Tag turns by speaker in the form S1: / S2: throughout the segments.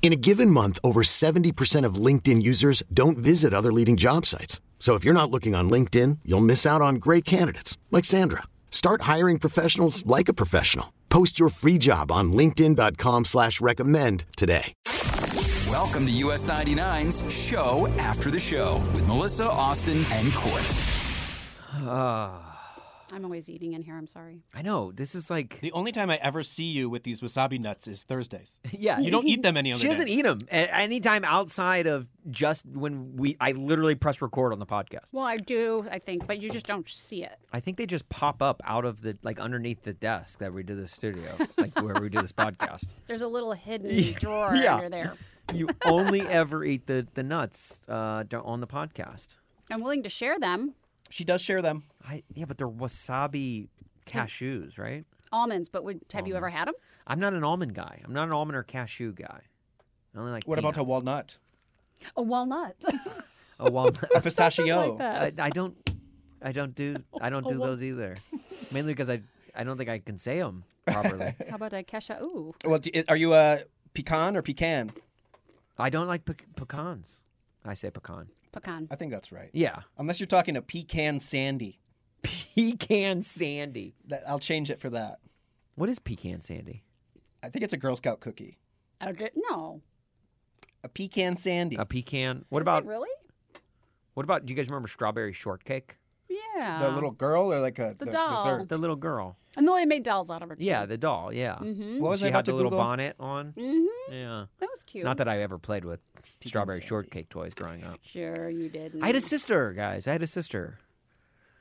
S1: In a given month, over 70% of LinkedIn users don't visit other leading job sites. So if you're not looking on LinkedIn, you'll miss out on great candidates like Sandra. Start hiring professionals like a professional. Post your free job on linkedin.com slash recommend today.
S2: Welcome to US 99's Show After the Show with Melissa, Austin, and Court.
S3: I'm always eating in here. I'm sorry.
S4: I know. This is like
S5: The only time I ever see you with these wasabi nuts is Thursdays.
S4: yeah.
S5: You don't eat them any other
S4: She
S5: day.
S4: doesn't eat them at any time outside of just when we. I literally press record on the podcast.
S3: Well, I do, I think, but you just don't see it.
S4: I think they just pop up out of the like underneath the desk that we do the studio, like where we do this podcast.
S3: There's a little hidden drawer
S4: Yeah.
S3: under there.
S4: You only ever eat the the nuts uh, do- on the podcast.
S3: I'm willing to share them.
S5: She does share them.
S4: I yeah, but they're wasabi cashews, right?
S3: Almonds, but would, have you ever had them?
S4: I'm not an almond guy. I'm not an almond or cashew guy. I only like
S5: What about a
S4: peanuts.
S5: walnut?
S3: A walnut.
S4: A walnut.
S5: A pistachio.
S4: I, I don't, I don't do, I don't do those either. Mainly because I, I don't think I can say them properly.
S3: How about a kesha? Ooh.
S5: well, do- are you a pecan or pecan?
S4: I don't like pec- pecans. I say pecan.
S3: Pecan.
S5: I think that's right.
S4: Yeah,
S5: Unless you're talking a pecan sandy.
S4: pecan sandy.
S5: That, I'll change it for that.
S4: What is pecan sandy?
S5: I think it's a Girl Scout cookie.
S3: I don't- no.
S5: A pecan sandy.
S4: A pecan. What
S3: Is it
S4: about?
S3: really?
S4: What about? Do you guys remember strawberry shortcake? Ah.
S3: Yeah.
S5: the little girl or like a
S3: The doll.
S5: dessert?
S4: The little girl.
S3: I know they made dolls out of her.
S4: Yeah, the doll. Yeah.
S3: Mm-hmm.
S5: What was I
S4: she had
S5: about
S4: the
S5: to
S4: little
S5: Google?
S4: bonnet on.
S3: hmm
S4: Yeah.
S3: That was cute.
S4: Not that I ever played with strawberry
S5: sandy.
S4: shortcake toys growing up.
S3: Sure, you didn't.
S4: I had a sister, guys. I had a sister.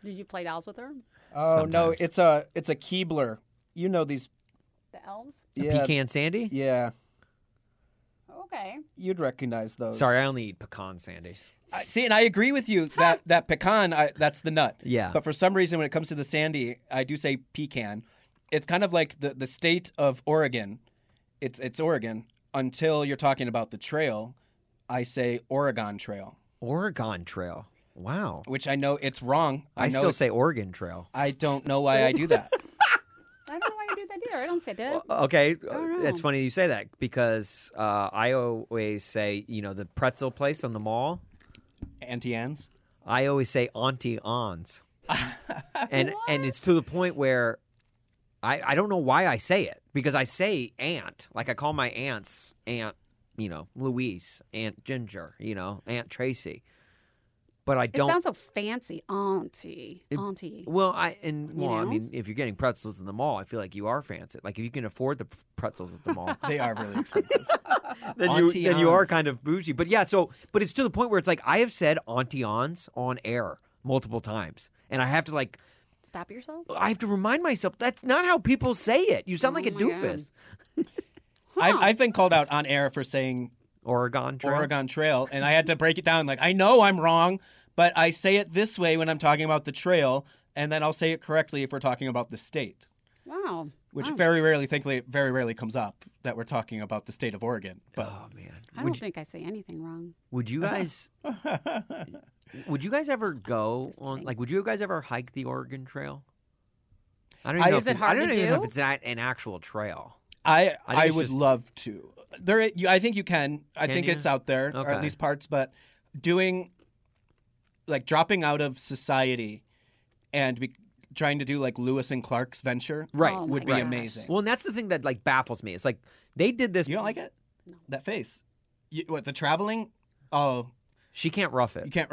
S3: Did you play dolls with her?
S5: Oh no,
S4: Sometimes.
S5: it's a it's a Keebler. You know these.
S3: The elves?
S4: A
S5: Yeah,
S4: pecan sandy.
S5: yeah.
S3: Okay.
S5: You'd recognize those.
S4: Sorry, I only eat pecan sandies.
S5: I, see, and I agree with you that that pecan I, that's the nut.
S4: Yeah.
S5: But for some reason, when it comes to the sandy, I do say pecan. It's kind of like the the state of Oregon. It's it's Oregon until you're talking about the trail. I say Oregon Trail,
S4: Oregon Trail. Wow.
S5: which I know it's wrong.
S4: I,
S5: know
S4: still
S5: it's-
S4: say Oregon Trail.
S5: I don't know why I do that.
S3: I don't know why you do that either. I don't say that.
S4: Oh, Okay, Uh,
S3: don't
S4: it's
S3: know.
S4: funny you say that because uh, I always say, you know, the pretzel place on the mall.
S5: Auntie Anne's.
S4: I always say Auntie Ons, and and it's to the point where I I don't know why I say it because I say aunt like I call my aunts aunt you know Louise aunt Ginger you know aunt Tracy, but I
S3: it
S4: don't
S3: sounds so fancy. Auntie. Auntie.
S4: Well, I and well, I
S3: know?
S4: mean, if you're getting pretzels in the mall, I feel like you are fancy. Like if you can afford the p- pretzels at the mall,
S5: They are really expensive.
S4: then you
S5: Auntie
S4: then you are
S5: Ons.
S4: kind of bougie. But yeah, so but it's to the point where it's like I have said Auntie Ons on air multiple times, and I have to like
S3: Stop yourself.
S4: I have to remind myself that's not how people say it. You sound like a
S3: Oh my God.
S4: doofus.
S5: I've, I've been called out on air for saying
S4: Oregon Trail.
S5: Oregon Trail, and I had to break it down. Like, I know I'm wrong, but I say it this way when I'm talking about the trail, and then I'll say it correctly if we're talking about the state,
S3: Wow.
S4: Oh.
S5: which very rarely, thankfully, very rarely comes up that we're talking about the state of Oregon. But
S4: Oh man,
S3: I don't think I say anything wrong.
S4: would you guys? would you guys ever go on? Like, would you guys ever hike the Oregon Trail? I don't even
S5: I-
S4: know
S5: Is
S3: Uh,
S4: if
S3: it hard
S4: I don't
S3: to
S4: even know
S3: do?
S4: if it's not an actual trail.
S5: I,
S4: I think
S5: I,
S4: it's
S5: would
S4: just-
S5: love to. There, you, I think you can. I
S4: Can
S5: think
S4: you?
S5: it's out there, or
S4: Okay.
S5: at least parts. But doing, like, dropping out of society, and be, trying to do like Lewis and Clark's venture,
S4: Right.
S3: Oh my
S5: would be
S3: gosh.
S5: amazing.
S4: Well, and that's the thing that like baffles me. It's like they did this.
S5: You don't like it? That face. You, what the traveling? Oh,
S4: She can't rough it.
S5: you can't.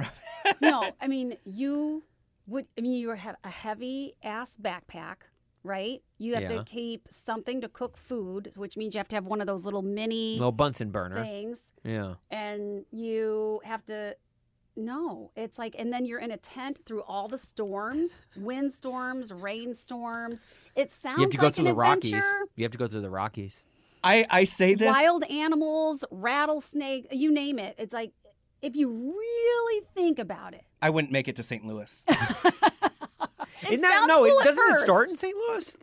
S3: no, I mean you would. I mean you have a heavy ass backpack right? You have
S4: Yeah.
S3: to keep something to cook food, which means you have to have one of those little mini
S4: Little Bunsen burner.
S3: things.
S4: Yeah.
S3: And you have to, no, it's like, and then you're in a tent through all the storms, windstorms, rainstorms. It sounds
S4: You have to go
S3: like
S4: through
S3: an
S4: the Rockies.
S3: adventure.
S4: You have to go through the Rockies.
S5: I, I say this.
S3: Wild animals, rattlesnake, you name it. It's like, if you really think about it,
S5: I wouldn't make it to St. Louis.
S3: it
S4: Isn't that-
S3: sounds
S4: no,
S3: cool
S4: it
S3: at
S4: doesn't it start
S3: first.
S4: in St. Louis?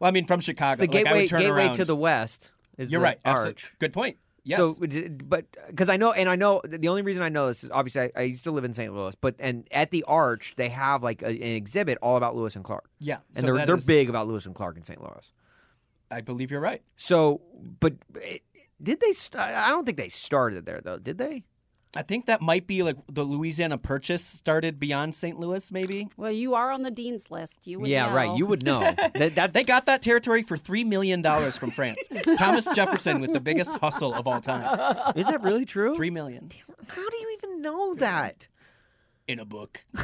S5: well, I mean, from Chicago.
S4: It's the
S5: Uh, Like, I would
S4: gateway
S5: turn
S4: gateway
S5: around.
S4: to the west. Is
S5: You're
S4: the
S5: right.
S4: Arch.
S5: Absolutely. Good point. Yes.
S4: So, d- but because I know, and I know the only reason I know this is obviously I, I used to live in St. Louis, but and at the Arch they have like a, an exhibit all about Lewis and Clark,
S5: yeah.
S4: and
S5: so
S4: they're
S5: that
S4: they're
S5: is-
S4: big about Lewis and Clark in St. Louis.
S5: I believe you're right.
S4: So, but it, did they? St- I don't think they started there though, did they?
S5: I think that might be like the Louisiana Purchase started beyond St. Louis, maybe.
S3: Well, you are on the dean's list. You would
S4: yeah, right.
S3: know.
S4: You would know. that, that
S5: They got that territory for $3 million from France. Thomas Jefferson with the biggest hustle of all time.
S4: is that really true?
S5: $3 million
S4: How do you even know that?
S5: in a book.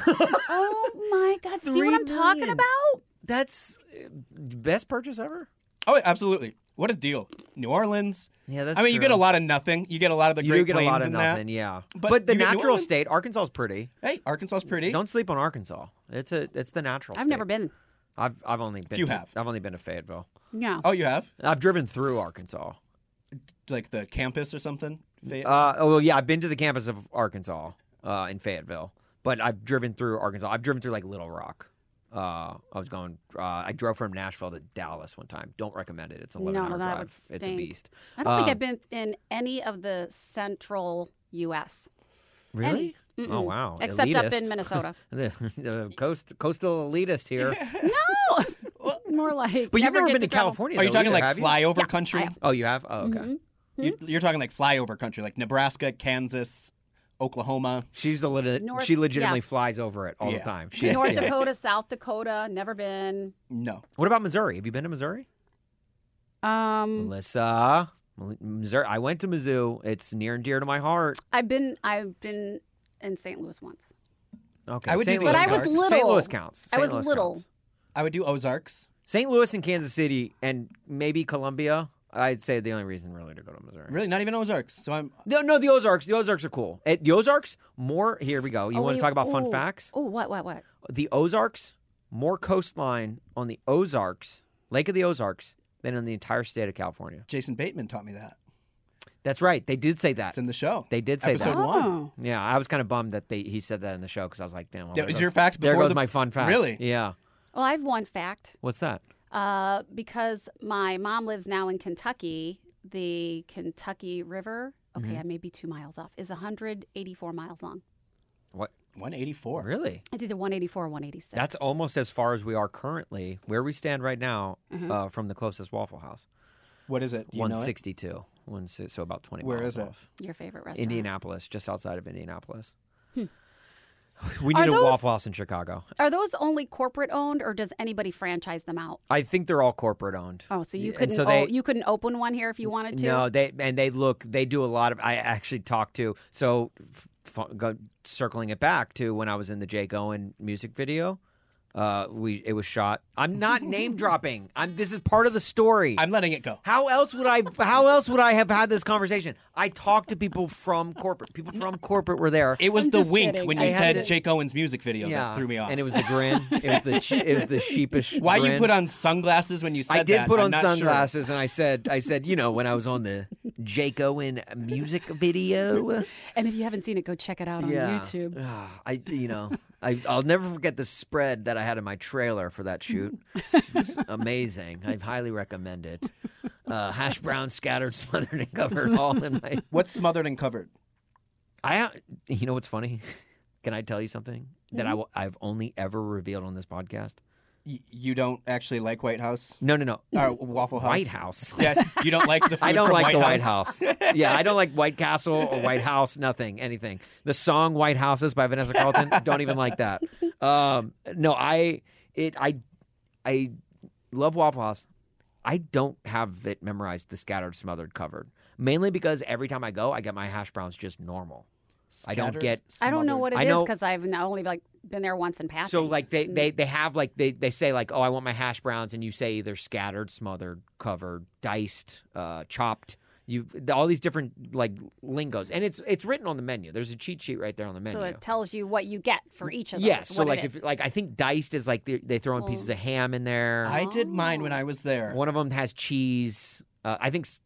S3: Oh my God! See
S4: Three
S3: what I'm talking
S4: million.
S3: about?
S4: That's uh, best purchase ever.
S5: Oh, absolutely. What a deal. New Orleans.
S4: Yeah, that's
S5: I mean, you get a
S4: true.
S5: lot of nothing. You get a lot of the
S4: You
S5: Great
S4: do get a
S5: Plains
S4: lot of
S5: and
S4: nothing, yeah. But,
S5: But
S4: the
S5: you get New
S4: natural
S5: Orleans.
S4: state, Arkansas is pretty.
S5: that. Hey, Arkansas's pretty.
S4: Don't sleep on Arkansas. It's a it's the natural.
S3: I've
S4: state.
S3: never been.
S4: I've I've only been.
S5: You
S4: to-
S5: have.
S4: I've only been to Fayetteville.
S3: No.
S5: Oh, you have?
S4: I've driven through Arkansas.
S5: Like the campus or something? Fayette-
S4: Uh, oh well, yeah, I've been to the campus of Arkansas uh, in Fayetteville, but I've driven through Arkansas. I've driven through like Little Rock. Uh, I was going. Uh, I drove from Nashville to Dallas one time. Don't recommend it. It's an
S3: No,
S4: eleven hour
S3: that
S4: drive.
S3: would
S4: it's a
S3: stink.
S4: beast.
S3: I don't think
S4: Um,
S3: I've been in any of the central U.S.
S4: Really?
S3: Any.
S4: Oh
S3: Mm-mm.
S4: wow!
S3: Except up in
S4: Elitist.
S3: Minnesota.
S4: the, the coast coastal elitist here.
S3: no, more like.
S4: But you've
S3: never
S4: never
S3: get
S4: been to,
S3: travel. Mm-hmm.
S4: California.
S5: Are you
S4: though,
S5: talking
S4: either,
S5: like
S4: have you?
S5: flyover country?
S4: Oh, you have. Oh, okay.
S5: You-
S3: hmm?
S5: You're talking like flyover country, like Nebraska, Kansas, Oklahoma.
S4: She's the lit-
S3: North-
S4: she legitimately
S3: yeah.
S4: flies over it all the
S5: Yeah.
S4: time. She,
S3: North
S4: yeah.
S3: Dakota, South Dakota, never been.
S5: No.
S4: What about Missouri? Have you been to Missouri?
S3: Um,
S4: Melissa, Mel- Missouri. I went to Mizzou. It's near and dear to my heart.
S3: I've been. I've been in St. Louis once.
S4: Okay,
S5: I would do
S4: St.
S5: the
S4: Louis
S5: But I was
S4: counts.
S3: little.
S4: St. Louis counts.
S3: I
S4: St.
S3: was
S4: Louis
S3: little.
S4: counts.
S5: I would do Ozarks.
S4: St. Louis and Kansas City, and maybe Columbia. I'd say the only reason really to go to Missouri.
S5: Really, not even Ozarks. So I'm.
S4: No, no, the Ozarks. The Ozarks are cool. At the Ozarks, more. Here we go. You
S3: Oh,
S4: want
S3: wait,
S4: to talk about fun
S3: oh,
S4: facts?
S3: Oh, what, what, what?
S4: the Ozarks, more coastline on the Ozarks, Lake of the Ozarks, than in the entire state of California.
S5: Jason Bateman taught me that.
S4: That's right. They did say that.
S5: It's in the show.
S4: They did say
S5: Episode
S4: that.
S5: one.
S3: Oh.
S4: Yeah, I was kind of bummed that they he said that in the show because I was like, damn. Well,
S5: That
S4: there
S5: was
S4: goes-
S5: your fact
S4: There
S5: before
S4: goes
S5: the-
S4: my fun fact.
S5: Really?
S4: Yeah.
S3: Well, I have one fact.
S4: What's that?
S3: Uh, because my mom lives now in Kentucky, the Kentucky River, okay,
S4: Mm-hmm.
S3: I may be two miles off, is 184 miles long.
S4: What?
S5: 184.
S4: Really?
S3: It's either 184 or 186.
S4: That's almost as far as we are currently, where we stand right now,
S3: Mm-hmm.
S4: uh, from the closest Waffle House.
S5: What is it? Do You know it?
S4: 162. One, si- so about 20
S5: Where
S4: miles
S5: is it?
S4: off.
S3: your favorite restaurant. Hmm.
S4: Indianapolis, just outside of Indianapolis. we need
S3: Are
S4: a
S3: those-
S4: Waffle House in Chicago.
S3: Are those only corporate owned, or does anybody franchise them out?
S4: I think they're all corporate owned.
S3: Oh, so you
S4: And
S3: couldn't
S4: so
S3: o-
S4: they-
S3: you couldn't open one here if you wanted to.
S4: No, they and they look. They do a lot of. I actually talked to so f- go, circling it back to when I was in the Jake Owen music video. Uh, we it was shot. I'm not name dropping. I'm. This is part of the story.
S5: I'm letting it go.
S4: how else would I? How else would I have had this conversation? I talked to people from corporate. People from corporate were there.
S5: It was
S3: I'm
S5: the
S3: just
S5: wink
S3: kidding.
S5: when
S3: I
S5: you
S3: had
S5: said
S3: to-
S5: Jake Owen's music video
S4: yeah,
S5: that threw me off.
S4: And it was the grin. It was the. Che- it was the sheepish.
S5: why you
S4: grin.
S5: put on sunglasses when you said
S4: I did
S5: that,
S4: put
S5: I'm
S4: on
S5: not sure.
S4: sunglasses, and I said, I said, you know, when I was on the Jake Owen music video,
S3: And if you haven't seen it, go check it out on
S4: yeah,
S3: YouTube.
S4: Ah, I, you know, I, I'll never forget the spread that I had in my trailer for that shoot. It's amazing. I highly recommend it. Uh, hash brown scattered, smothered, and covered all in my.
S5: What's smothered and covered?
S4: I, uh, you know, what's funny? Can I tell you something that I will, I've only ever revealed on this podcast?
S5: Y- you don't actually like White House
S4: No, no, no.
S5: or Waffle House.
S4: White House.
S5: Yeah, you don't like the food
S4: I don't
S5: from
S4: like
S5: White
S4: the
S5: House.
S4: White House. yeah, I don't like White Castle or White House. Nothing, anything. The song "White Houses" by Vanessa Carlton. don't even like that. Um, no, I it I I love Waffle House. I don't have it memorized. The scattered, smothered, covered. Mainly because every time I go, I get my hash browns just normal. I don't
S5: Scattered,
S4: get
S3: I don't know
S5: smothered.
S3: what it
S4: I
S3: is
S4: know-
S3: because I've not only like been there once in passing.
S4: So like they,
S3: It's-
S4: they they have like they they say like oh I want my hash browns and you say either scattered, smothered, covered, diced, uh, chopped. You all these different like lingos and it's it's written on the menu. There's a cheat sheet right there on the menu.
S3: so it tells you what you get for each of those.
S4: yes, so
S3: what it
S4: like
S3: is. Oh.
S4: if like I think diced is like they, they throw in pieces of ham in there.
S5: I did mine when I was there.
S4: One of them has cheese. Uh, I think s-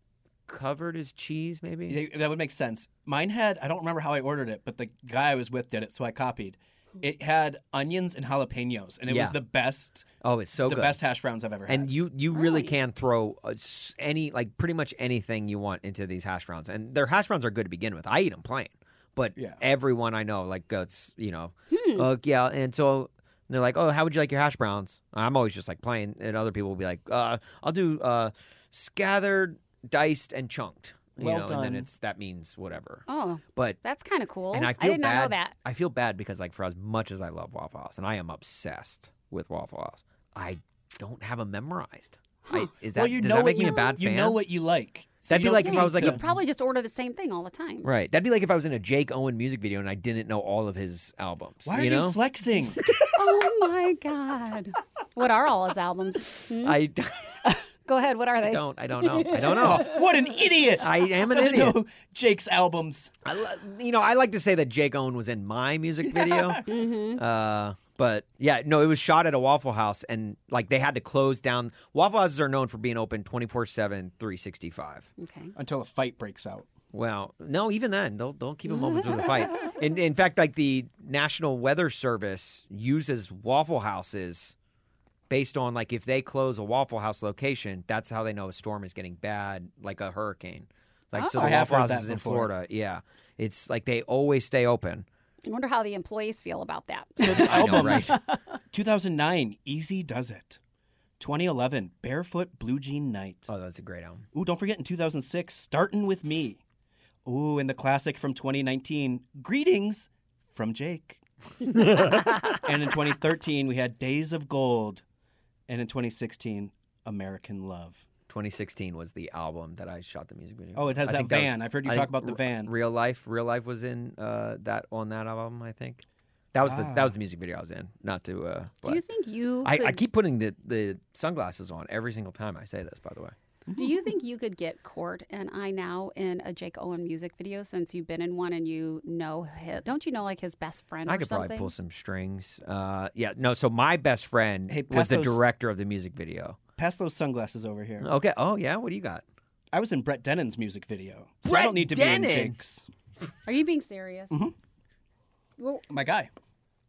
S4: covered is cheese maybe.
S5: Yeah, that would make sense. Mine had I don't remember how I ordered it, but the guy I was with did it, so I copied. It had onions and jalapenos, and it was
S4: Yeah.
S5: the best,
S4: Oh, it's so
S5: the
S4: good.
S5: best hash browns I've ever had.
S4: And you you really,
S3: Really?
S4: can throw uh, s- any like pretty much anything you want into these hash browns, and their hash browns are good to begin with. I eat them plain, but
S5: Yeah.
S4: everyone I know like goes, you know,
S3: Hmm.
S4: "Uh, yeah, and so. And they're like, oh, how would you like your hash browns? I'm always just like plain, and other people will be like, uh, I'll do uh, scattered, diced, and chunked. You
S5: Well
S4: know, and then
S5: done.
S4: it's that means whatever.
S3: oh,
S4: But
S3: that's kind of cool.
S4: and I feel
S3: did
S4: bad.
S3: not know that.
S4: I feel bad because, like, for as much as I love Waffle House, and I am obsessed with Waffle House, I don't have them memorized. I, is that
S5: well, you
S4: does
S5: know
S4: that make
S5: what
S4: me
S5: you,
S4: a bad
S5: you
S4: fan?
S5: know what you like. So you
S4: That'd be
S5: don't
S4: like if I
S5: need
S4: was like
S5: to-
S3: Hmm. you probably just order the same thing all the time.
S4: Right. That'd be like if I was in a Jake Owen music video and I didn't know all of his albums.
S5: why are
S4: you
S5: you,
S4: know?
S5: flexing?
S3: Oh my god. What are all his albums? Hmm?
S4: I d-
S3: Go ahead. What are they?
S4: don't. I don't know. I don't
S5: oh,
S4: know.
S5: what an idiot!
S4: I am an
S5: Doesn't
S4: idiot.
S5: know Jake's albums.
S4: I, lo- you know, I like to say that Jake Owen was in my music video.
S3: Mm-hmm.
S4: Uh, but yeah, no, it was shot at a Waffle House, and like they had to close down. Waffle Houses are known for being open 24 7, 365.
S3: Okay.
S5: Until a fight breaks out.
S4: Well, no, even then, they'll, they'll keep them open through the fight. In, in fact, like the National Weather Service uses Waffle Houses based on like if they close a Waffle House location, that's how they know a storm is getting bad, like a hurricane. Like, so
S5: Oh.
S4: the
S5: I have
S4: Waffle
S5: heard that
S4: Houses in
S5: before.
S4: Florida, yeah. It's like they always stay open.
S3: I wonder how the employees feel about that.
S4: I know,
S5: Albums.
S4: right?
S5: 2009, Easy Does It. 2011, Barefoot Blue Jean Night.
S4: Oh, that's a great album.
S5: Ooh, don't forget in 2006, Startin' With Me. Ooh, and the classic from 2019, Greetings from Jake. and in 2013, we had Days of Gold. And in 2016, American Love.
S4: 2016 was the album that I shot the music video.
S5: Oh, it has
S4: I
S5: that
S4: think
S5: van. I've heard you
S4: I
S5: talk
S4: think
S5: about the
S4: R-
S5: van.
S4: Real life, real life was in uh, that on that album. I think that was
S5: Ah.
S4: the that was the music video I was in. Not to. Uh,
S3: Do you
S4: but-
S3: think you?
S4: I,
S3: could,
S4: I keep putting the, the sunglasses on every single time I say this. By the way,
S3: Do you think you could get Court and I now in a Jake Owen music video since you've been in one and you know him? Don't you know like his best friend?
S4: I
S3: or
S4: could probably
S3: something?
S4: pull some strings. Uh, yeah, no. So my best friend
S5: Hey,
S4: was
S5: pass
S4: the
S5: those-
S4: director of the music video.
S5: Pass those sunglasses over here.
S4: Okay. Oh yeah. What do you got?
S5: I was in Brett Dennon's music video. So I
S4: Brett
S5: don't need to
S4: Dennen?
S5: be in Jake's.
S3: Are you being serious?
S5: Mm-hmm.
S3: Well,
S5: My guy.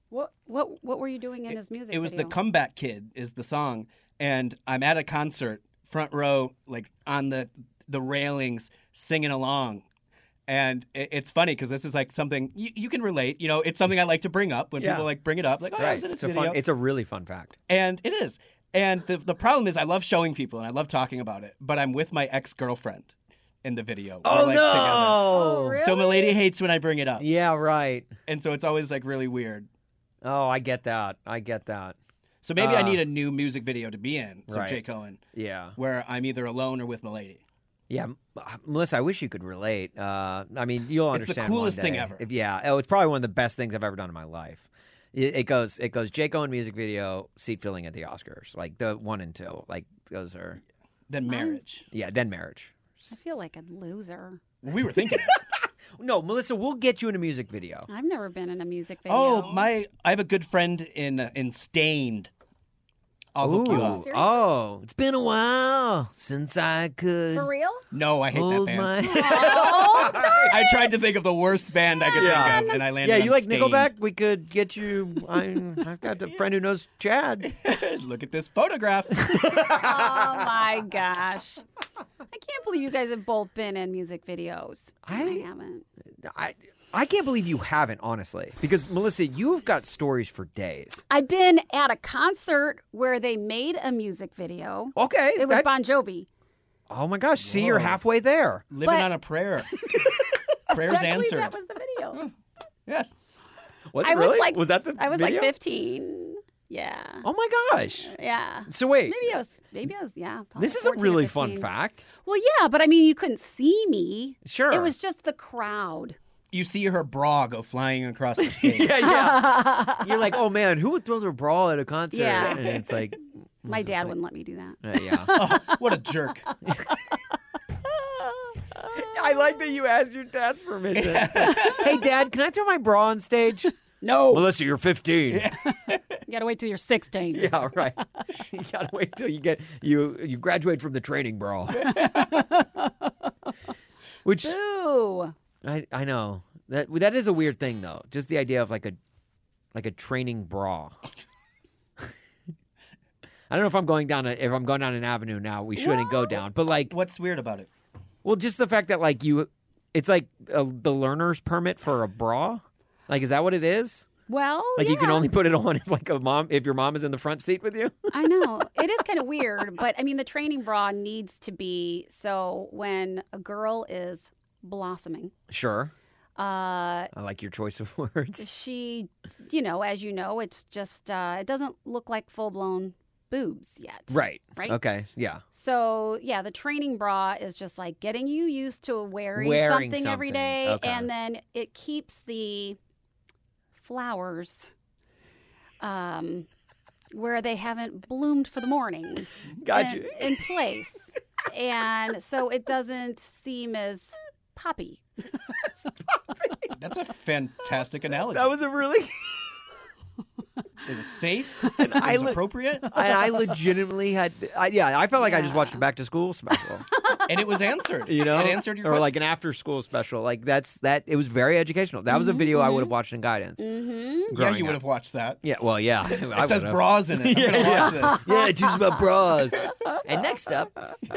S3: What what what were you doing in his music?
S5: It was
S3: video?
S5: the comeback kid is the song, and I'm at a concert, front row, like on the the railings, singing along, and it, it's funny because this is like something you, you can relate. You know, it's something I like to bring up when
S4: Yeah.
S5: people like bring it up, like oh, I was in this
S4: It's a
S5: video,
S4: fun. It's a really fun fact.
S5: and it is. And the the problem is, I love showing people and I love talking about it, but I'm with my ex girlfriend in the video. We're, like, together.
S3: Oh, really?
S5: So my lady hates when I bring it up,
S4: Oh, Yeah. Right.
S5: and so it's always like really weird.
S4: Oh, I get that. I get that.
S5: So maybe I
S4: Ah.
S5: need a new music video to be in, so
S4: Right.
S5: Jay Cohen,
S4: Yeah.
S5: where I'm either alone or with my lady.
S4: Yeah, M- uh, Melissa, I wish you could relate. Uh, I mean, you'll
S5: It's the
S4: understand. one
S5: coolest thing
S4: day.
S5: ever.
S4: If- yeah, oh, it's probably one of the best things I've ever done in my life. It, it goes, it goes. Jake Owen music video, seat filling at the Oscars, like the one and two, like those are.
S5: than marriage.
S4: Yeah, then marriage.
S3: I feel like a loser.
S5: We were thinking.
S4: No, Melissa, we'll get you in a music video.
S3: I've never been in a music video.
S5: oh my! I have a good friend in uh, in Stained. I'll hook you
S4: Ooh,
S5: up.
S4: oh, it's been a while since I could
S3: For real?
S5: No, I hate that
S4: hold
S5: band.
S4: my.
S3: Oh,
S5: I tried to think of the worst band I could think of, and I landed.
S4: yeah, you
S5: on
S4: like
S5: Stained.
S4: Nickelback? We could get you. i I've got a friend who knows Chad.
S5: Look at this photograph.
S3: oh my gosh. I can't believe you guys have both been in music videos.
S4: I-
S3: haven't.
S4: I I can't believe you haven't, honestly. Because Melissa, you've got stories for days.
S3: I've been at a concert where they made a music video.
S4: Okay.
S3: It was
S4: that-
S3: Bon Jovi.
S4: oh my gosh. See, you're halfway there.
S5: Living
S3: But-
S5: on a prayer. Prayers
S3: Actually,
S5: answered.
S3: that was the video.
S5: Yes.
S4: Was,
S3: I was
S4: really?
S3: like
S4: was that the
S3: I was
S4: video?
S3: like 15. Yeah.
S4: Oh my gosh.
S3: Yeah.
S4: So wait.
S3: Maybe I was maybe I was yeah. probably
S4: this is a
S3: 14 or
S4: really fun
S3: 15.
S4: fact.
S3: Well, yeah, but I mean you couldn't see me.
S4: Sure.
S3: It was just the crowd.
S5: you see her bra go flying across the stage.
S4: yeah, yeah. You're like, oh man, who would throw their bra at a concert?
S3: Yeah.
S4: And it's like,
S3: My
S4: it's just
S3: dad
S4: like-
S3: wouldn't let me do that.
S4: Uh, yeah.
S5: Oh, what a jerk.
S4: I like that you asked your dad's permission. hey, dad, can I throw my bra on stage?
S3: No,
S4: Melissa, you're 15. Yeah,
S3: you gotta wait till you're 16.
S4: right. You gotta wait till you get you you graduate from the training bra. Which
S3: Boo.
S4: I I know that that is a weird thing though. Just the idea of like a like a training bra. I don't know if I'm going down a, if I'm going down an avenue now we shouldn't go down, but like
S5: What's weird about it?
S4: Well, just the fact that like you, it's like uh the learner's permit for a bra. Like, is that what it is?
S3: Well,
S4: Like, you can
S3: yeah.
S4: only put it on if like a mom if your mom is in the front seat with you.
S3: I know. It is kind of weird, but I mean, the training bra needs to be so when a girl is blossoming,
S4: Sure,
S3: uh,
S4: I like your choice of words.
S3: she, you know, as you know, it's just, uh, it doesn't look like full blown boobs yet.
S4: Right. Uh,
S3: Right.
S4: Okay. Yeah.
S3: So, yeah, the training bra is just like getting you used to wearing,
S4: Wearing
S3: something, every
S4: something.
S3: day.
S4: Okay.
S3: And then it keeps the flowers um, where they haven't bloomed for the morning.
S4: Got
S3: in,
S4: you.
S3: in place. and so it doesn't seem as poppy.
S5: That's a fantastic analogy.
S4: That was a really.
S5: it was safe. It was
S4: le-
S5: appropriate.
S4: I, I legitimately had. I, yeah, I felt like I just
S3: Yeah.
S4: watched a back to school special.
S5: and it was answered.
S4: You know,
S5: It answered your
S4: or
S5: question.
S4: like an after school special. Like that's that. It was very educational. That was
S5: Mm-hmm,
S4: a video I would have watched in guidance.
S3: Mm-hmm.
S5: yeah,
S4: growing
S5: you would
S4: up.
S5: have watched that.
S4: Yeah. Well, yeah. It
S5: It says bras in it. I'm gonna watch this.
S4: Yeah, it teaches about bras. and next up,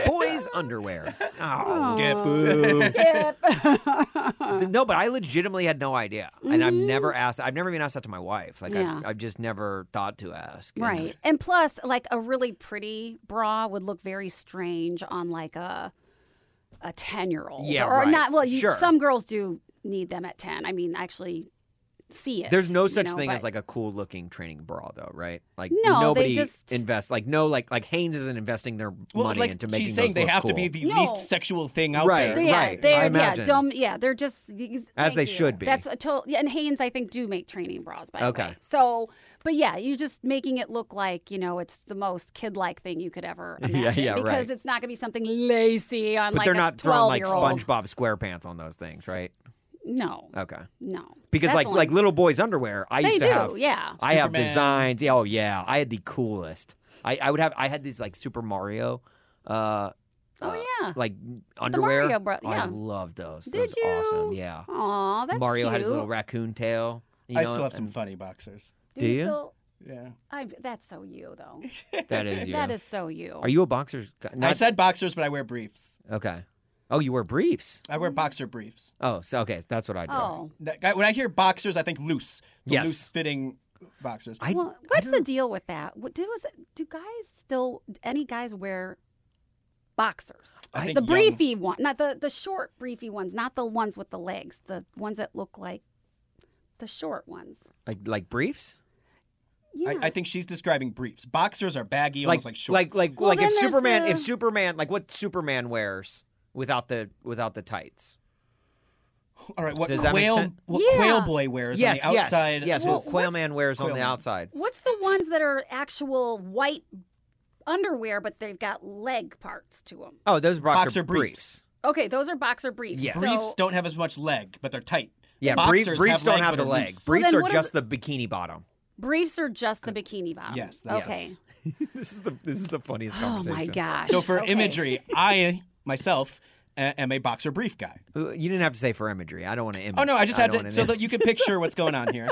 S4: boys' underwear. Oh,
S5: Skip.
S4: No, but I legitimately had no idea, and I've
S5: Mm-hmm.
S4: never asked. I've never even asked that to my wife. Like
S3: Yeah.
S4: I've, I've just never thought to ask. And-
S3: right. And plus, like a really pretty bra would look very strange on like a a ten year old.
S4: Yeah,
S3: Or
S4: right.
S3: not well you,
S4: Sure.
S3: some girls do need them at ten. I mean actually see it.
S4: There's no
S3: you
S4: such
S3: know,
S4: thing
S3: but-
S4: as like a cool looking training bra, though, right? Like
S3: No, they
S4: nobody
S3: just-
S4: invests. Like no, like like Haynes isn't investing their
S5: Well,
S4: money
S5: like
S4: into making.
S5: she's
S4: those
S5: saying they
S4: look
S5: have to
S4: cool.
S5: be the
S3: No.
S5: least sexual thing out
S4: Right.
S3: They're-
S5: there.
S3: yeah,
S4: right,
S3: they're
S4: I
S3: yeah,
S4: imagine.
S3: dumb, yeah, they're just as
S4: they should be.
S3: That's a total. Yeah, and Haynes, I think, do make training bras. By the
S4: Okay.
S3: way, so but yeah, you're just making it look like you know it's the most kid-like thing you could ever.
S4: Yeah,
S3: Imagine
S4: yeah,
S3: because
S4: right.
S3: it's not going to be something lacy on
S4: But
S3: like
S4: they're
S3: a
S4: not throwing like
S3: 12-year-old.
S4: SpongeBob SquarePants on those things, right?
S3: No,
S4: Okay.
S3: no,
S4: Because
S3: That's
S4: like
S3: the one.
S4: like little boys' underwear, I
S3: they
S4: used to
S3: do,
S4: have.
S3: yeah.
S4: I have
S5: Superman.
S4: designs. Yeah, oh yeah, I had the coolest. I, I would have. I had these like Super Mario, uh,
S3: Oh
S4: uh,
S3: yeah.
S4: like underwear.
S3: Mario bro- yeah.
S4: I loved those.
S3: Did
S4: those Awesome.
S3: you?
S4: Yeah.
S3: Aw, that's
S4: Mario
S3: cute.
S4: had his little raccoon tail. You
S5: I
S4: know,
S5: still have some
S4: and
S5: funny boxers.
S3: Do,
S4: Do
S3: you?
S4: you?
S3: Still,
S5: Yeah.
S3: I, that's so you though.
S4: That is you.
S3: That is so you.
S4: Are you a boxer? guy?
S5: I
S4: Not-
S5: said boxers, but I wear briefs.
S4: Okay. Oh, you wear briefs.
S5: I wear boxer briefs.
S4: Oh, so okay, that's what I said.
S3: Oh.
S5: That guy, when I hear boxers, I think loose. The
S4: Yes.
S5: loose fitting boxers.
S4: I,
S3: well,
S4: I
S3: what's
S4: don't-
S3: the deal with that? What do was do guys still any guys wear boxers?
S5: I think
S3: the
S5: young-
S3: briefy one, not the the short briefy ones, not the ones with the legs, the ones that look like the short ones.
S4: like like briefs?
S3: Yeah.
S5: I, I think she's describing briefs. Boxers are baggy,
S4: Like
S5: almost like shorts.
S4: like like
S3: Well,
S4: like if
S3: then there's
S4: Superman if
S3: the-
S4: Superman like what Superman wears without the without the tights.
S5: All right, what
S4: Does that make
S5: quail
S4: sense?
S5: what
S3: Yeah.
S5: quail boy wears
S4: yes,
S5: on the outside?
S4: yes, yes.
S5: of
S4: What
S5: his-
S4: Quail Man wears on
S5: Quail
S4: the
S5: Man.
S4: outside.
S3: What's the ones that are actual white underwear, but they've got leg parts to them?
S4: Oh, those boxer,
S5: Boxer briefs.
S4: briefs.
S3: Okay, those are boxer briefs.
S4: Yes.
S3: So-
S5: Briefs don't have as much leg, but they're tight.
S4: Yeah, brief,
S5: boxers
S4: briefs don't
S5: leg,
S4: have
S5: but
S4: the
S5: are
S4: leg.
S5: loose.
S3: So
S4: briefs
S3: then
S4: are
S3: what are
S4: just
S3: the-
S4: the bikini bottom.
S3: briefs are just the bikini bottom.
S5: Yes, that's-
S3: okay.
S4: this is the this is the funniest
S3: Oh
S4: conversation.
S3: my gosh.
S5: So for
S3: Okay.
S5: imagery, I myself a- am a boxer brief guy.
S4: Uh, You didn't have to say for imagery. Mm. I don't want to image.
S5: Oh no, I just had
S4: don't
S5: to
S4: wanna
S5: so
S4: name-
S5: that you can picture what's going on here.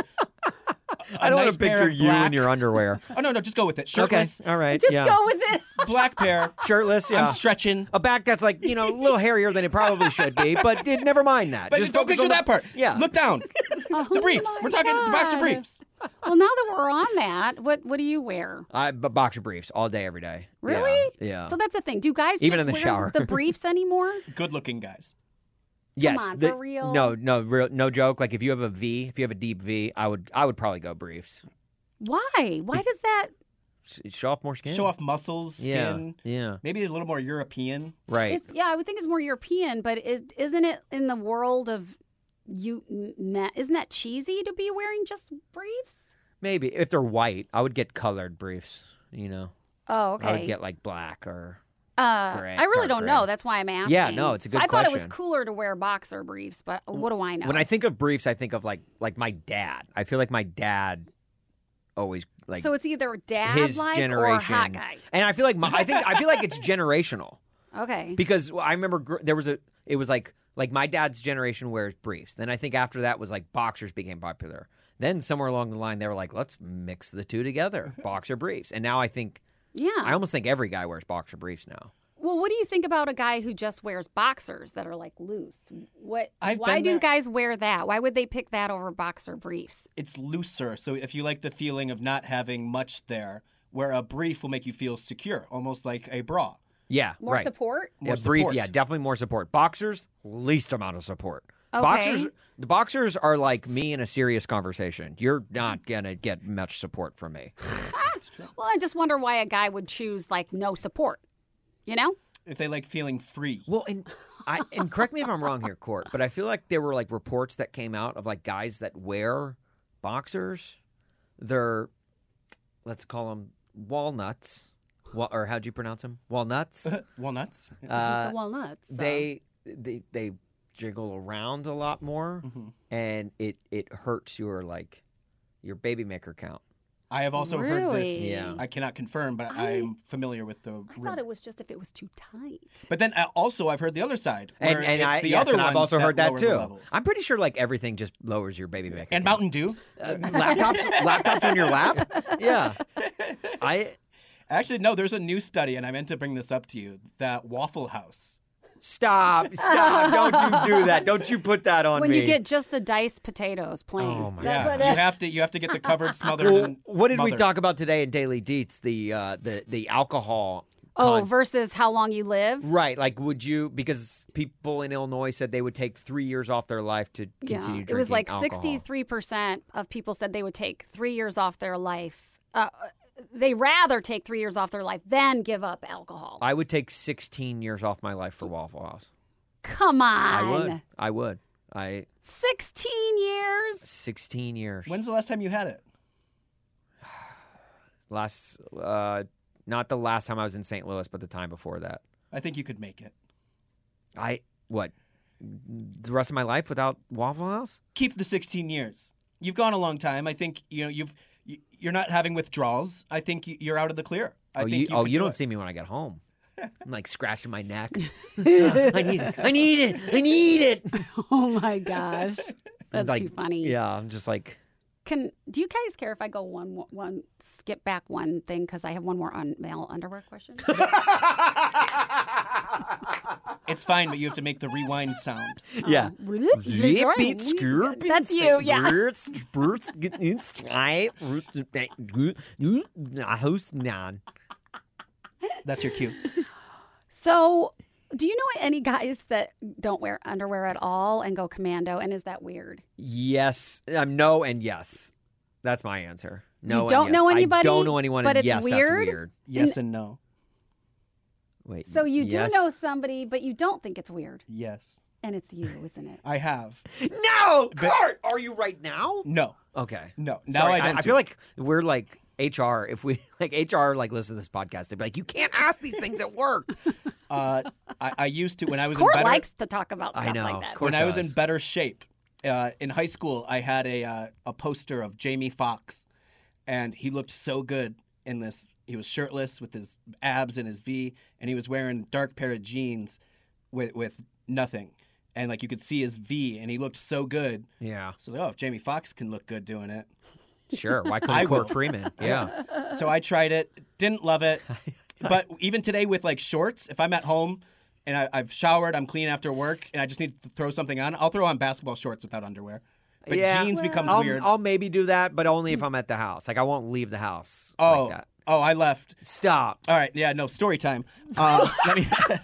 S4: I don't
S5: nice
S4: want to
S5: pair
S4: picture
S5: of
S4: you in
S5: black-
S4: your underwear.
S5: Oh no, no, just go with it.
S4: okay,
S5: Shirtless,
S4: all right.
S3: Just
S4: yeah.
S3: go with it.
S5: black pair.
S4: Shirtless. Yeah.
S5: I'm stretching.
S4: a back that's like you know a little hairier than it probably should be, but it, never mind that.
S5: But
S4: just
S5: don't
S4: focus
S5: picture
S4: on the-
S5: that part.
S4: Yeah,
S5: Look down.
S3: Oh
S5: The briefs.
S3: my
S5: We're talking the boxer
S3: God.
S5: briefs.
S3: Well, now that we're on that, what what do you wear?
S4: I b- boxer briefs all day every day.
S3: Really?
S4: Yeah. yeah.
S3: So that's the thing. Do guys
S4: Even
S3: just
S4: in the
S3: wear
S4: shower.
S3: the briefs anymore?
S5: Good looking guys.
S4: yes.
S3: on, for real?
S4: No, no, real, no joke. Like if you have a V, if you have a deep V, I would, I would probably go briefs.
S3: Why? Why does that?
S4: Sh- Show off more skin.
S5: Show off muscles, skin.
S4: Yeah. Yeah.
S5: Maybe a little more European.
S4: Right.
S3: It's, yeah, I would think it's more European, but is, isn't it in the world of you n- na- isn't that cheesy to be wearing just briefs?
S4: Maybe if they're white, I would get colored briefs. You know,
S3: Oh, okay.
S4: I would get like black or
S3: uh,
S4: gray-
S3: I really
S4: dark
S3: don't
S4: gray.
S3: know. That's why I'm asking.
S4: Yeah, no, it's a
S3: So
S4: good
S3: I thought it was
S4: question.
S3: cooler to wear boxer briefs, but what do I know?
S4: When I think of briefs, I think of like like my dad. I feel like my dad always like
S3: so it's either dad
S4: his
S3: like
S4: generation.
S3: or hot guy.
S4: And I feel like my, I think I feel like it's generational
S3: Okay.
S4: because I remember gr- there was a it was like like my dad's generation wears briefs. Then I think after that was like boxers became popular. Then somewhere along the line they were like let's mix the two together, boxer briefs. And now I think
S3: yeah.
S4: I almost think every guy wears boxer briefs now.
S3: well, what do you think about a guy who just wears boxers that are like loose? What?
S5: I've
S3: why
S5: been
S3: do
S5: there.
S3: guys wear that? Why would they pick that over boxer briefs?
S5: It's looser, so if you like the feeling of not having much there, where a brief will make you feel secure, almost like a bra.
S4: Yeah,
S3: More
S4: right.
S3: support?
S5: More
S4: yeah, brief.
S5: support.
S4: Yeah, definitely more support. Boxers, least amount of support.
S3: Okay.
S4: Boxers, the boxers are like me in a serious conversation. You're not gonna get much support from me.
S3: Well, I just wonder why a guy would choose like no support. You know?
S5: If they like feeling free.
S4: Well, and I and correct me if I'm wrong here, Court, but I feel like there were like reports that came out of like guys that wear boxers. They're let's call them walnuts, Wa- or how'd you pronounce them? Walnuts.
S5: Walnuts.
S4: Uh,
S3: the walnuts. so-
S4: they they they jiggle around a lot more
S5: Mm-hmm.
S4: and it it hurts your like your baby maker count
S5: I have also heard this.
S3: Really?
S4: Yeah.
S5: I cannot confirm, but
S3: I-
S5: I, am familiar with the.
S3: I
S5: rumor.
S3: thought it was just if it was too tight.
S5: But then I, also, I've heard the other side.
S4: and
S5: where
S4: and
S5: it's
S4: i
S5: the
S4: yes,
S5: other
S4: and i've
S5: ones
S4: also heard that
S5: lower the
S4: too
S5: levels.
S4: i'm pretty sure like everything just lowers your baby maker
S5: and
S4: count.
S5: Mountain Dew.
S4: Uh, laptops laptops on your lap yeah i
S5: Actually, no. There's a new study, and I meant to bring this up to you. That Waffle House.
S4: stop stop don't you do that don't you put that on
S3: when
S4: me
S3: you get just the diced potatoes plain.
S4: Oh, my
S3: That's
S5: yeah,
S3: what
S5: you
S3: it-
S5: have to. You have to get the covered, smothered.
S4: well,
S5: and
S4: what did we
S5: mothered.
S4: talk about today in daily deets the uh the the alcohol
S3: Oh,
S4: con-
S3: versus how long you live.
S4: Right. Like, would you? Because people in Illinois said they would take three years off their life to
S3: Yeah.
S4: continue
S3: It
S4: drinking.
S3: was like
S4: alcohol.
S3: sixty-three percent of people said they would take three years off their life. Uh, they rather take three years off their life than give up alcohol.
S4: I would take 16 years off my life for Waffle House.
S3: Come on,
S4: I would. I would. I
S3: sixteen years.
S4: 16 years.
S5: When's the last time you had it?
S4: last? Uh, not the last time I was in St. Louis, but the time before that.
S5: I think you could make it.
S4: I what? The rest of my life without Waffle House?
S5: Keep the 16 years. You've gone a long time. I think you know you've. you- You're not having withdrawals. I think you- you're out of the clear. I
S4: oh,
S5: think
S4: you, oh,
S5: could
S4: you
S5: do
S4: don't
S5: it.
S4: see me when I get home. I'm like scratching my neck. I need it. I need it. I need it.
S3: Oh my gosh, that's
S4: Like,
S3: too funny.
S4: Yeah, I'm just like.
S3: Can do you guys care if I go one one, skip back one thing because I have one more un, male underwear question?
S5: It's fine, but you have to make the rewind sound.
S4: Yeah.
S3: Um,
S4: Zip it, screw it,
S3: That's you, yeah.
S4: roots, roots, get inside, roots, back, root, root, nah, host, nah.
S5: That's your cue.
S3: So, do you know any guys that don't wear underwear at all and go commando? And is that weird?
S4: Yes, um, no, and yes. That's my answer. No,
S3: You don't
S4: and yes.
S3: know
S4: I
S3: anybody,
S4: don't know anyone,
S3: but
S4: and
S3: it's
S4: yes,
S3: weird?
S4: that's weird.
S5: Yes and no.
S4: Wait,
S3: So you
S4: yes.
S3: do know somebody, but you don't think it's weird,
S5: Yes,
S3: and it's you, isn't it?
S5: I have.
S4: No, Court, are you right now?
S5: No,
S4: Okay,
S5: no. Now
S4: Sorry,
S5: I don't.
S4: I,
S5: do
S4: feel
S5: it.
S4: like we're like HR. If we like HR, like listen to this podcast, they'd be like, "You can't ask these things at work."
S5: uh, I, I used to when I was in
S3: Court
S5: better
S3: likes to talk about stuff
S4: I know.
S3: like that.
S4: Court
S5: when I was in
S4: does.
S5: better shape. Uh, in high school, I had a uh, a poster of Jamie Foxx, and he looked so good in this. He was shirtless with his abs and his V, and he was wearing dark pair of jeans with with nothing, and like you could see his V, and he looked so good.
S4: Yeah,
S5: So I was like, oh, if Jamie Foxx can look good doing it,
S4: sure. Why
S5: I
S4: couldn't Court
S5: will.
S4: Freeman? Yeah.
S5: So I tried it, didn't love it. But even today with like shorts, if I'm at home and I, I've showered, I'm clean after work, and I just need to throw something on, I'll throw on basketball shorts without underwear. But jeans becomes
S4: I'll,
S5: weird.
S4: I'll maybe do that, but only if I'm at the house. Like I won't leave the house.
S5: oh,
S4: like that.
S5: oh, I left.
S4: stop.
S5: All right, yeah, no story time. Uh, let me.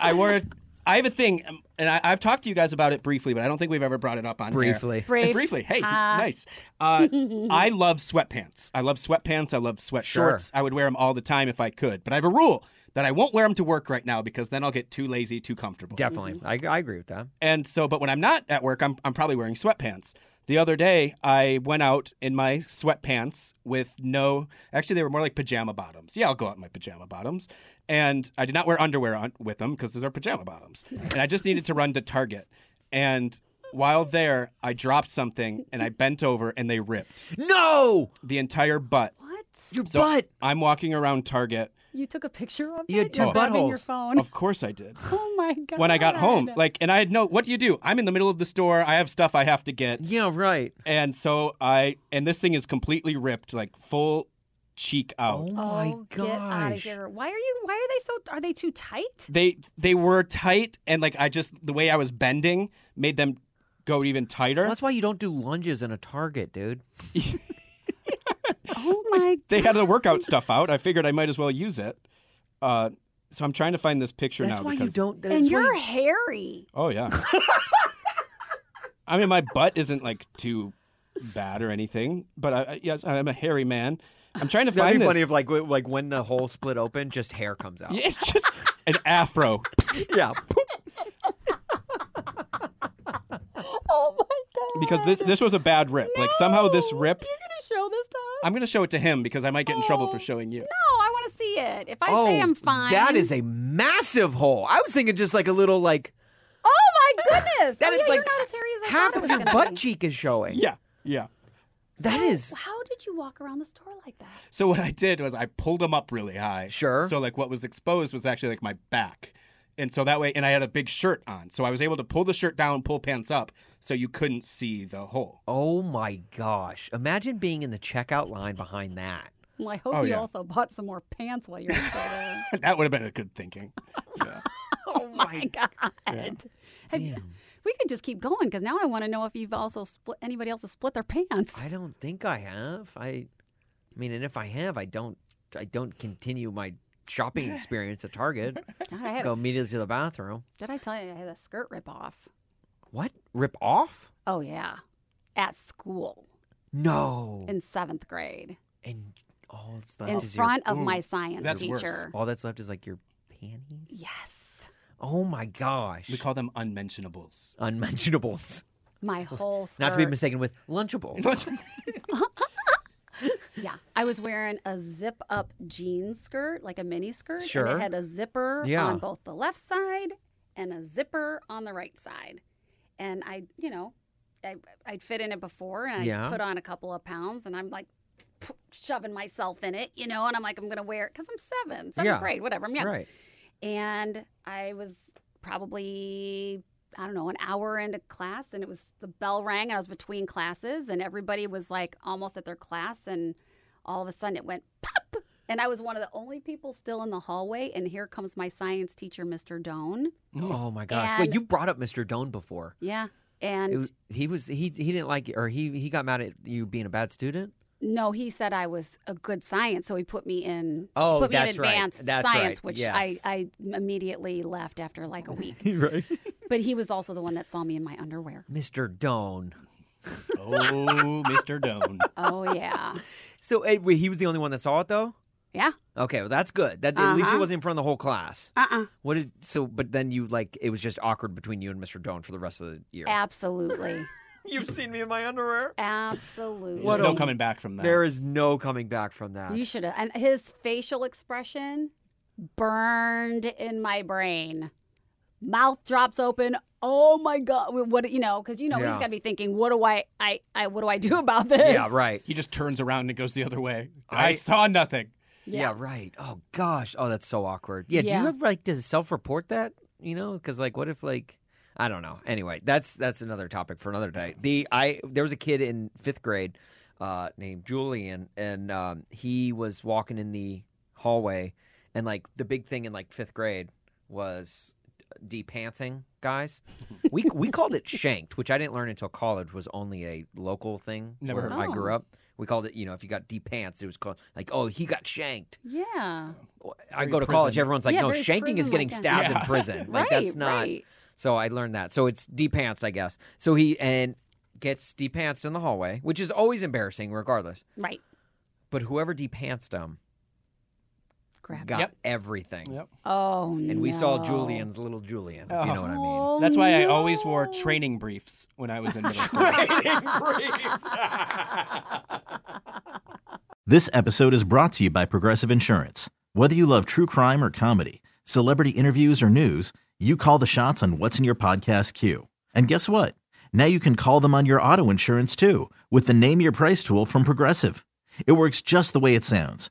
S5: I wore. I have a thing, um, and I, I've talked to you guys about it briefly, but I don't think we've ever brought it up on air.
S4: Briefly.
S3: Brave.
S5: briefly. Hey, nice. Uh, I love sweatpants. I love sweatpants. I love sweat
S4: Sure.
S5: shorts. I would wear them all the time if I could. But I have a rule that I won't wear them to work right now because then I'll get too lazy, too comfortable.
S4: Definitely. I, I agree with that.
S5: And so, but when I'm not at work, I'm, I'm probably wearing sweatpants. The other day, I went out in my sweatpants with no, actually, they were more like pajama bottoms. Yeah, I'll go out in my pajama bottoms. And I did not wear underwear on, with them because they're pajama bottoms. And I just needed to run to Target. And while there, I dropped something and I bent over and they ripped
S4: No!
S5: the entire butt.
S3: What?
S4: Your
S5: So
S4: butt!
S5: I'm walking around Target.
S3: You took a picture of
S4: You had
S3: it?
S4: two
S3: You're not in your
S4: buttholes.
S3: phone.
S5: Of course I did.
S3: oh my god.
S5: When I got home, like, and I had no, what do you do? I'm in the middle of the store. I have stuff I have to get.
S4: Yeah, right.
S5: And so I, and this thing is completely ripped, like full cheek out.
S3: Oh,
S4: my
S3: get out of
S4: gosh.
S3: here! Why are you? Why are they so? Are they too tight?
S5: They, they were tight, and like I just, the way I was bending made them go even tighter.
S4: Well, that's why you don't do lunges in a Target, dude.
S3: Oh my!
S5: they had the workout stuff out. I figured I might as well use it. Uh, so I'm trying to find this picture
S4: That's
S5: now.
S4: why you
S5: because-
S4: don't. That's
S3: and
S4: why
S3: you're
S4: you-
S3: hairy.
S5: Oh yeah. I mean, my butt isn't like too bad or anything, but I, I- yes, I'm a hairy man. I'm trying to
S4: That'd
S5: find
S4: be
S5: this.
S4: funny if, like, w- like when the hole split open, just hair comes out.
S5: Yeah, it's just an afro.
S4: yeah.
S3: Oh my god!
S5: Because this this was a bad rip. Like somehow this
S3: No,
S5: rip.
S3: You're gonna show this to us?
S5: I'm gonna show it to him because I might get in trouble for showing you.
S3: no, I want to see it. If I
S4: oh,
S3: say I'm fine,
S4: That is a massive hole. I was thinking just like a little like
S3: Oh my goodness!
S4: That
S3: oh,
S4: is
S3: yeah,
S4: like
S3: you're not as hairy as I thought
S4: half
S3: it
S4: of
S3: was
S4: your
S3: gonna
S4: butt
S3: be.
S4: cheek is showing.
S5: Yeah, yeah.
S4: That is.
S3: How did you walk around the store like that?
S5: So what I did was I pulled them up really high.
S4: Sure.
S5: So like what was exposed was actually like my back. And so that way and I had a big shirt on. So I was able to pull the shirt down, pull pants up so you couldn't see the hole.
S4: Oh my gosh! Imagine being in the checkout line behind that.
S3: Well, I hope
S5: Oh,
S3: you
S5: yeah.
S3: also bought some more pants while you were still there.
S5: that would have been a good thinking.
S4: Oh
S3: my God. Have you- we could just keep going because now I want to know if you've also split anybody else has split their pants.
S4: I don't think I have. I, I mean, and if I have, I don't. I don't continue my shopping experience at Target.
S3: God, I had
S4: Go
S3: a s-
S4: immediately to the bathroom.
S3: Did I tell you I had a skirt rip off?
S4: What? Rip off?
S3: Oh yeah, at school
S4: No. And,
S3: in seventh grade
S4: all that's left
S3: in
S4: is
S3: front of
S5: Ooh,
S3: my science
S5: that's worse.
S3: teacher.
S4: your. All that's Oh. left is like your panties.
S3: Yes,
S4: Oh my gosh.
S5: We call them unmentionables.
S4: unmentionables.
S3: my whole skirt.
S4: Not to be mistaken with lunchables.
S5: Oh,
S3: Yeah, I was wearing a zip up jean skirt, like a mini skirt, and
S4: Sure.
S3: it had a zipper
S4: Yeah.
S3: on both the left side and a zipper on the right side. And I, you know, I, I'd fit in it before, and I
S4: Yeah.
S3: put on a couple of pounds, and I'm like p- shoving myself in it, you know, and I'm like, I'm gonna wear it because I'm seven, seventh
S4: Yeah.
S3: grade, whatever. I'm young.
S4: Right.
S3: And I was probably, I don't know, an hour into class, and it was the bell rang, and I was between classes, and everybody was like almost at their class, and all of a sudden it went pop. And I was one of the only people still in the hallway, and here comes my science teacher, Mr. Doan.
S4: Oh my gosh. Wait,
S3: And-
S4: you brought up Mr. Doan before.
S3: Yeah.
S4: It
S3: And
S4: was, he was he he didn't like you, or he he got mad at you being a bad student.
S3: no, he said I was a good science, so he put me in.
S4: Oh,
S3: put me
S4: that's
S3: in
S4: right.
S3: advanced
S4: That's
S3: science,
S4: right.
S3: which
S4: Yes.
S3: I, I immediately left after like a week.
S4: right.
S3: but he was also the one that saw me in my underwear.
S4: Mr. Doan.
S5: oh, Mr. Doan.
S3: Oh yeah,
S4: So eh, wait, he was the only one that saw it though.
S3: yeah.
S4: Okay, well that's good. That at least it
S3: Uh-huh.
S4: wasn't in front of the whole class.
S3: Uh uh
S4: What did so? But then you like it was just awkward between you and Mr. Doan for the rest of the year.
S3: Absolutely.
S4: You've seen me in my underwear.
S3: Absolutely.
S5: There's
S4: What
S5: no
S4: a-
S5: coming back from that.
S4: There is no coming back from that.
S3: You should have. And his facial expression burned in my brain. Mouth drops open. Oh my god! What you know? Because you know
S4: Yeah.
S3: he's got to be thinking, what do I, I, I, what do I do about this?
S4: yeah, right.
S5: he just turns around and goes the other way. I,
S4: I-
S5: saw nothing.
S4: Yeah.
S3: Yeah.
S4: right. Oh gosh. Oh, that's so awkward. Yeah. Do
S3: Yeah.
S4: you have like to self-report that? You know, because like, what if like, I don't know. Anyway, that's that's another topic for another day. The I there was a kid in fifth grade uh, named Julian, and um, he was walking in the hallway, and like the big thing in like fifth grade was depantsing guys. We we called it shanked, which I didn't learn until college was only a local thing
S5: Never
S4: where
S5: heard
S4: I
S3: of it.
S4: grew up. We called it, you know, if you got depants, it was called like, oh, he got shanked.
S3: Yeah.
S4: I
S5: Very
S4: go to college,
S5: prison.
S4: everyone's like,
S3: Yeah,
S4: no,
S3: very
S4: shanking is
S3: prison-like
S4: getting
S3: kind of-
S4: stabbed
S5: Yeah.
S4: in prison.
S3: right.
S4: Like that's not.
S3: Right.
S4: So I learned that. So it's depantsed, I guess. So he and gets depantsed in the hallway, which is always embarrassing, regardless.
S3: Right.
S4: But whoever depantsed him
S3: crap.
S4: got
S5: Yep.
S4: everything.
S5: Yep.
S3: Oh no.
S4: And we saw Julian's little Julian. if You know what I mean?
S3: Oh,
S5: That's why I always wore
S3: no.
S5: training briefs when I was in middle school.
S6: This episode is brought to you by Progressive Insurance. Whether you love true crime or comedy, celebrity interviews or news, you call the shots on what's in your podcast queue. And guess what? Now you can call them on your auto insurance too with the Name Your Price tool from Progressive. It works just the way it sounds.